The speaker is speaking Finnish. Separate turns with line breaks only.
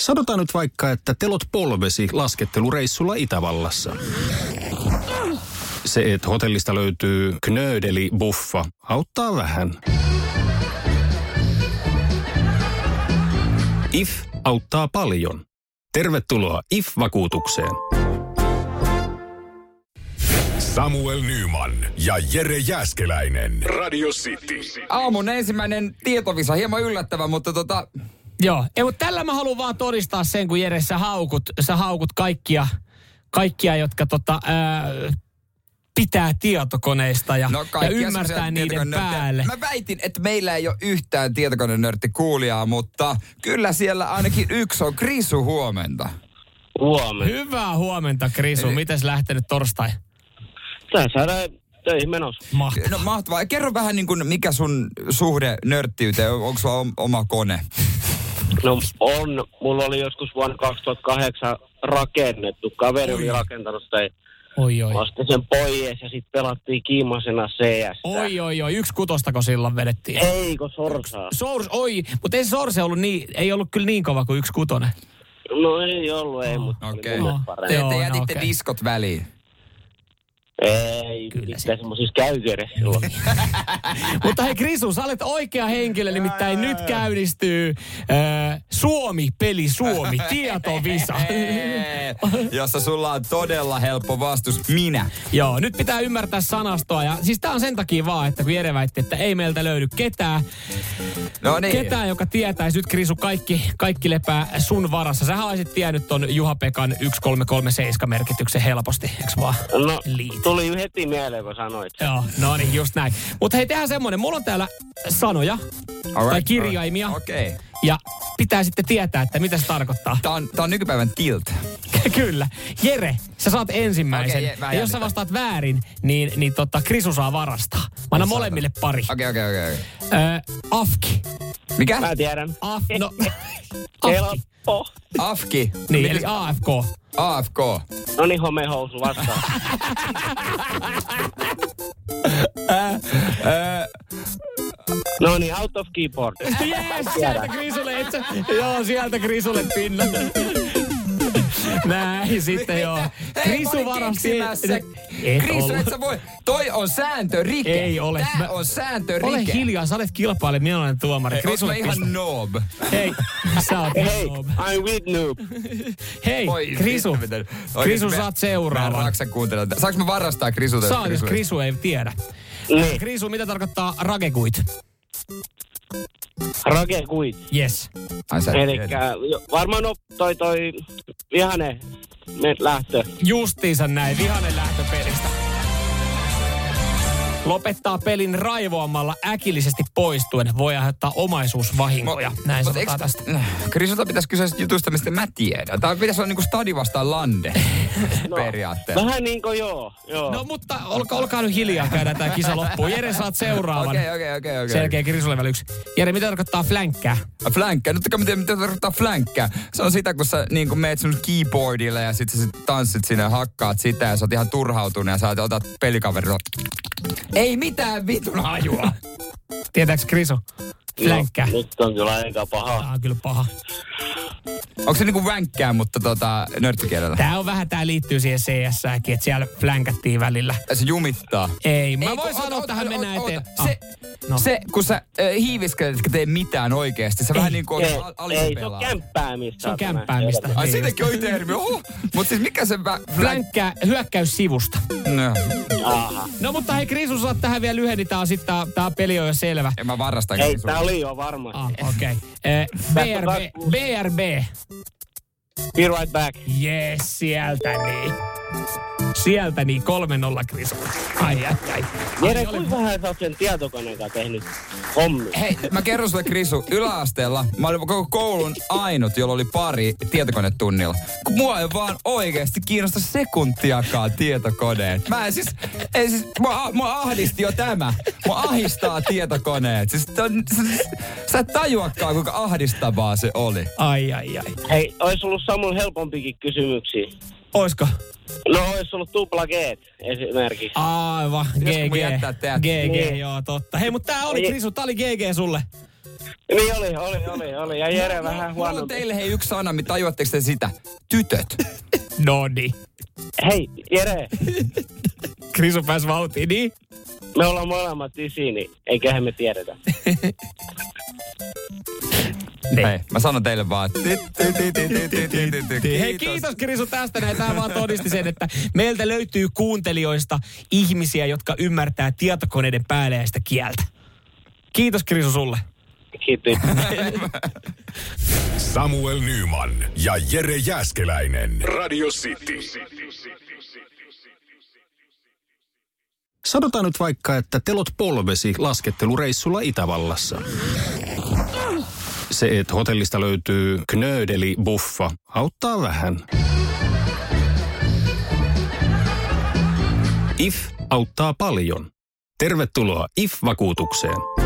Sanotaan nyt vaikka, että telot polvesi laskettelureissulla Itävallassa. Se, että hotellista löytyy knöydeli buffa, auttaa vähän. IF auttaa paljon. Tervetuloa IF-vakuutukseen.
Samuel Nyman ja Jere Jäskeläinen.
Radio City.
Aamun ensimmäinen tietovisa, hieman yllättävä, mutta tota,
Joo, ei, mutta tällä mä haluan vaan todistaa sen, kun Jere, sä haukut, sä haukut kaikkia, kaikkia jotka tota, ää, pitää tietokoneista ja,
no
ja
kaikki
ymmärtää niiden päälle.
No, Mä väitin, että meillä ei ole yhtään tietokonenörtti kuulijaa, mutta kyllä siellä ainakin yksi on. Krisu, huomenta.
Huomenna.
Hyvää huomenta, Krisu. Mites lähtenyt torstai?
Tää saadaan töihin menossa.
Mahtavaa.
No mahtavaa. Kerro vähän niin kuin, mikä sun suhde nörttiyteen on. Onko sulla om- oma kone?
No on. Mulla oli joskus vuonna 2008 rakennettu. Kaveri oli rakentanut sitä.
Oi, oi.
Mä ostin sen pois ja sitten pelattiin kiimaisena CS.
Oi, oi, oi. Yksi kutostako silloin vedettiin?
Eikö sorsaa?
Source, oi, mutta ei se Source ollut niin, ei ollut kyllä niin kova kuin yksi kutonen.
No ei ollut, ei, mutta
okei.
okay. oli mulle parempi.
Te,
Joo,
te
no
jätitte
okei.
diskot väliin.
Ei,
Kyllä se-
mitä semmoisissa käyty edes silloin.
Mutta hei Krisu, sä olet oikea henkilö, nimittäin nyt käynnistyy äh, Suomi-peli Suomi, tietovisa.
Hei, jossa sulla on todella helppo vastus. Minä.
Joo, nyt pitää ymmärtää sanastoa. Ja, siis tää on sen takia vaan, että kun Jere väitti, että ei meiltä löydy ketään,
No niin.
ketään joka tietäisi. Nyt Krisu, kaikki, kaikki lepää sun varassa. Sähän olisit tiennyt ton Juha-Pekan 1337-merkityksen helposti, eks vaan?
No,
Liit.
tuli heti mieleen, kun sanoit.
Joo, no niin, just näin. Mutta hei, tehdään semmonen. Mulla on täällä sanoja
All
tai
right,
kirjaimia.
all right. Okei. Okay.
Ja pitää sitten tietää, että mitä se tarkoittaa.
Tää on, tää on nykypäivän tilt.
Kyllä. Jere, sä saat ensimmäisen.
Okei, je- vähän
ja jos sä
jännittää.
vastaat väärin, niin, niin tota, Krisu saa varastaa. Mä annan
saatana.
molemmille pari.
Okei, okei, okei. okei.
Öö, afki.
Mikä?
Mä tiedän.
Af, no, afki.
Helppo.
Afki.
Niin, eli
Mites-
AFK.
AFK.
No niin, homehousu vastaan. no niin, out of keyboard.
Jees, sieltä Krisulle itse. Joo, sieltä Krisulle pinna. Näin sitten joo. Krisu varasti. Et
Krisu,
ollut.
et sä voi. Toi on sääntörike.
Ei ole.
Tää
Mä-
on
Ole
sääntörike.
hiljaa, sä olet kilpailija, minä olen tuomari.
Krisu,
Krisulle pistä.
ihan noob.
Hei, sä oot
Hei,
noob.
I'm with noob.
Hei,
Oi,
Krisu.
vittu, miten- Oikeesti
Krisu,
mä-
saat
Mä en
seuraavan.
raksa kuuntella. tätä. Saanko mä varastaa Krisulta?
Saat, jos Krisu ei tiedä.
Niin,
Krisu, mitä tarkoittaa ragekuit?
Rage Quit.
Yes.
Ai sä et
Elikkä
tiedä.
jo- varmaan op, toi toi vihane me lähtö.
Justiinsa näin, vihanen lähtö pelistä. Lopettaa pelin raivoamalla äkillisesti poistuen. Voi aiheuttaa omaisuusvahinkoja.
Mu-
Näin
mut
sanotaan
eiks-
tästä.
Krisulta pitäisi kysyä sit jutuista, mistä mä tiedän. Tää pitäisi olla niinku stadi vastaan lande periaatteessa.
No, Vähän niin kuin joo, joo.
No mutta olkaa, olkaa nyt hiljaa, käydään tämä kisa loppuun. Jere, saat seuraavan.
Okei, okei, okei, okei.
Selkeä kirisulle vielä yksi. Jere, mitä tarkoittaa flänkkää?
Äh, Flänkkä. Nyt mä tiedän, mitä tarkoittaa flänkkä. Se on sitä, kun sä niin kun meet sun keyboardilla ja sit sä sit tanssit sinne ja hakkaat sitä ja sä oot ihan turhautunut ja sä oot- otat pelikaverilla. Ei mitään vitun hajua.
Tietääks Krisu? Flänkkää.
No, nyt on kyllä aika paha.
Tää on kyllä paha.
Onko se niinku vänkkää, mutta tota, nörttikielellä?
Tää on vähän, tää liittyy siihen CS-säkin, että siellä flänkättiin välillä.
Ja se jumittaa.
Ei, mä
Ei, kun-
voin sanoa,
oota,
tähän
oota,
mennään
oota,
eteen.
oota. Se,
no.
se, kun sä äh, hiiviskelet, etkä tee mitään oikeesti. Sä vähän niin kuin
Ei, ei, no se on kämppäämistä.
Se on kämppäämistä.
Ai
Niin
siitäkin on termi. Oho. Mut siis mikä se vä... Flank...
Flänkkää hyökkäys sivusta.
No,
Aha.
No mutta hei Krisu, saat tähän vielä lyhennitään, sit tää, tää peli on jo selvä.
en mä varasta.
Ei,
Krisu.
tää oli jo varmasti.
Ah, okei. Okay. BRB, BRB.
Be right back.
Jees, sieltä niin. Sieltä niin, 3-0 Krisu. Ai, ai, ai.
Jere, kuinka vähän sä oot sen tietokoneen kanssa tehnyt hommia?
Hei, mä kerron sulle Krisu, yläasteella mä olin koko koulun ainut, jolla oli pari tietokonetunnilla. Kun mua ei vaan oikeasti kiinnosta sekuntiakaan tietokoneet. Mä en siis, ei siis, mua, mua ahdisti jo tämä. Mua ahistaa tietokoneet. Siis, ton, siis sä et tajuakaan, kuinka ahdistavaa se oli.
Ai, ai, ai.
Hei, ois ollut Samun helpompikin kysymyksiä.
Oisko?
No ois ollut tupla G esimerkiksi.
Aivan,
Pitäisikö mun
GG.
jättää teat?
GG,
Niin.
joo, totta. Hei, mutta tää oli
Ei.
Krisu, tää oli GG sulle.
Niin oli, oli, oli, oli. Ja Jere vähän
Mulla on
huonompi.
teille hei yksi sana, mitä tajuatteko te sitä? Tytöt.
No niin.
Hei, Jere,
Krisu pääsi vauhtiin, niin?
me ollaan molemmat isiini, eiköhän me tiedetä.
Niin.
Hei, mä sanon teille vaan. Ti- ti- ti- ti- ti- ti- ti- ti- ti-
Hei kiitos Krisu tästä, näin tämä vaan todisti sen, että meiltä löytyy kuuntelijoista ihmisiä, jotka ymmärtää tietokoneiden päälle ja sitä kieltä. Kiitos Krisu sulle.
Kiitos.
Samuel Nyman ja Jere Jäskeläinen. Radio City.
Sanotaan nyt vaikka, että telot polvesi laskettelureissulla Itävallassa. Se, että hotellista löytyy knöydeli buffa, auttaa vähän. IF auttaa paljon. Tervetuloa IF-vakuutukseen.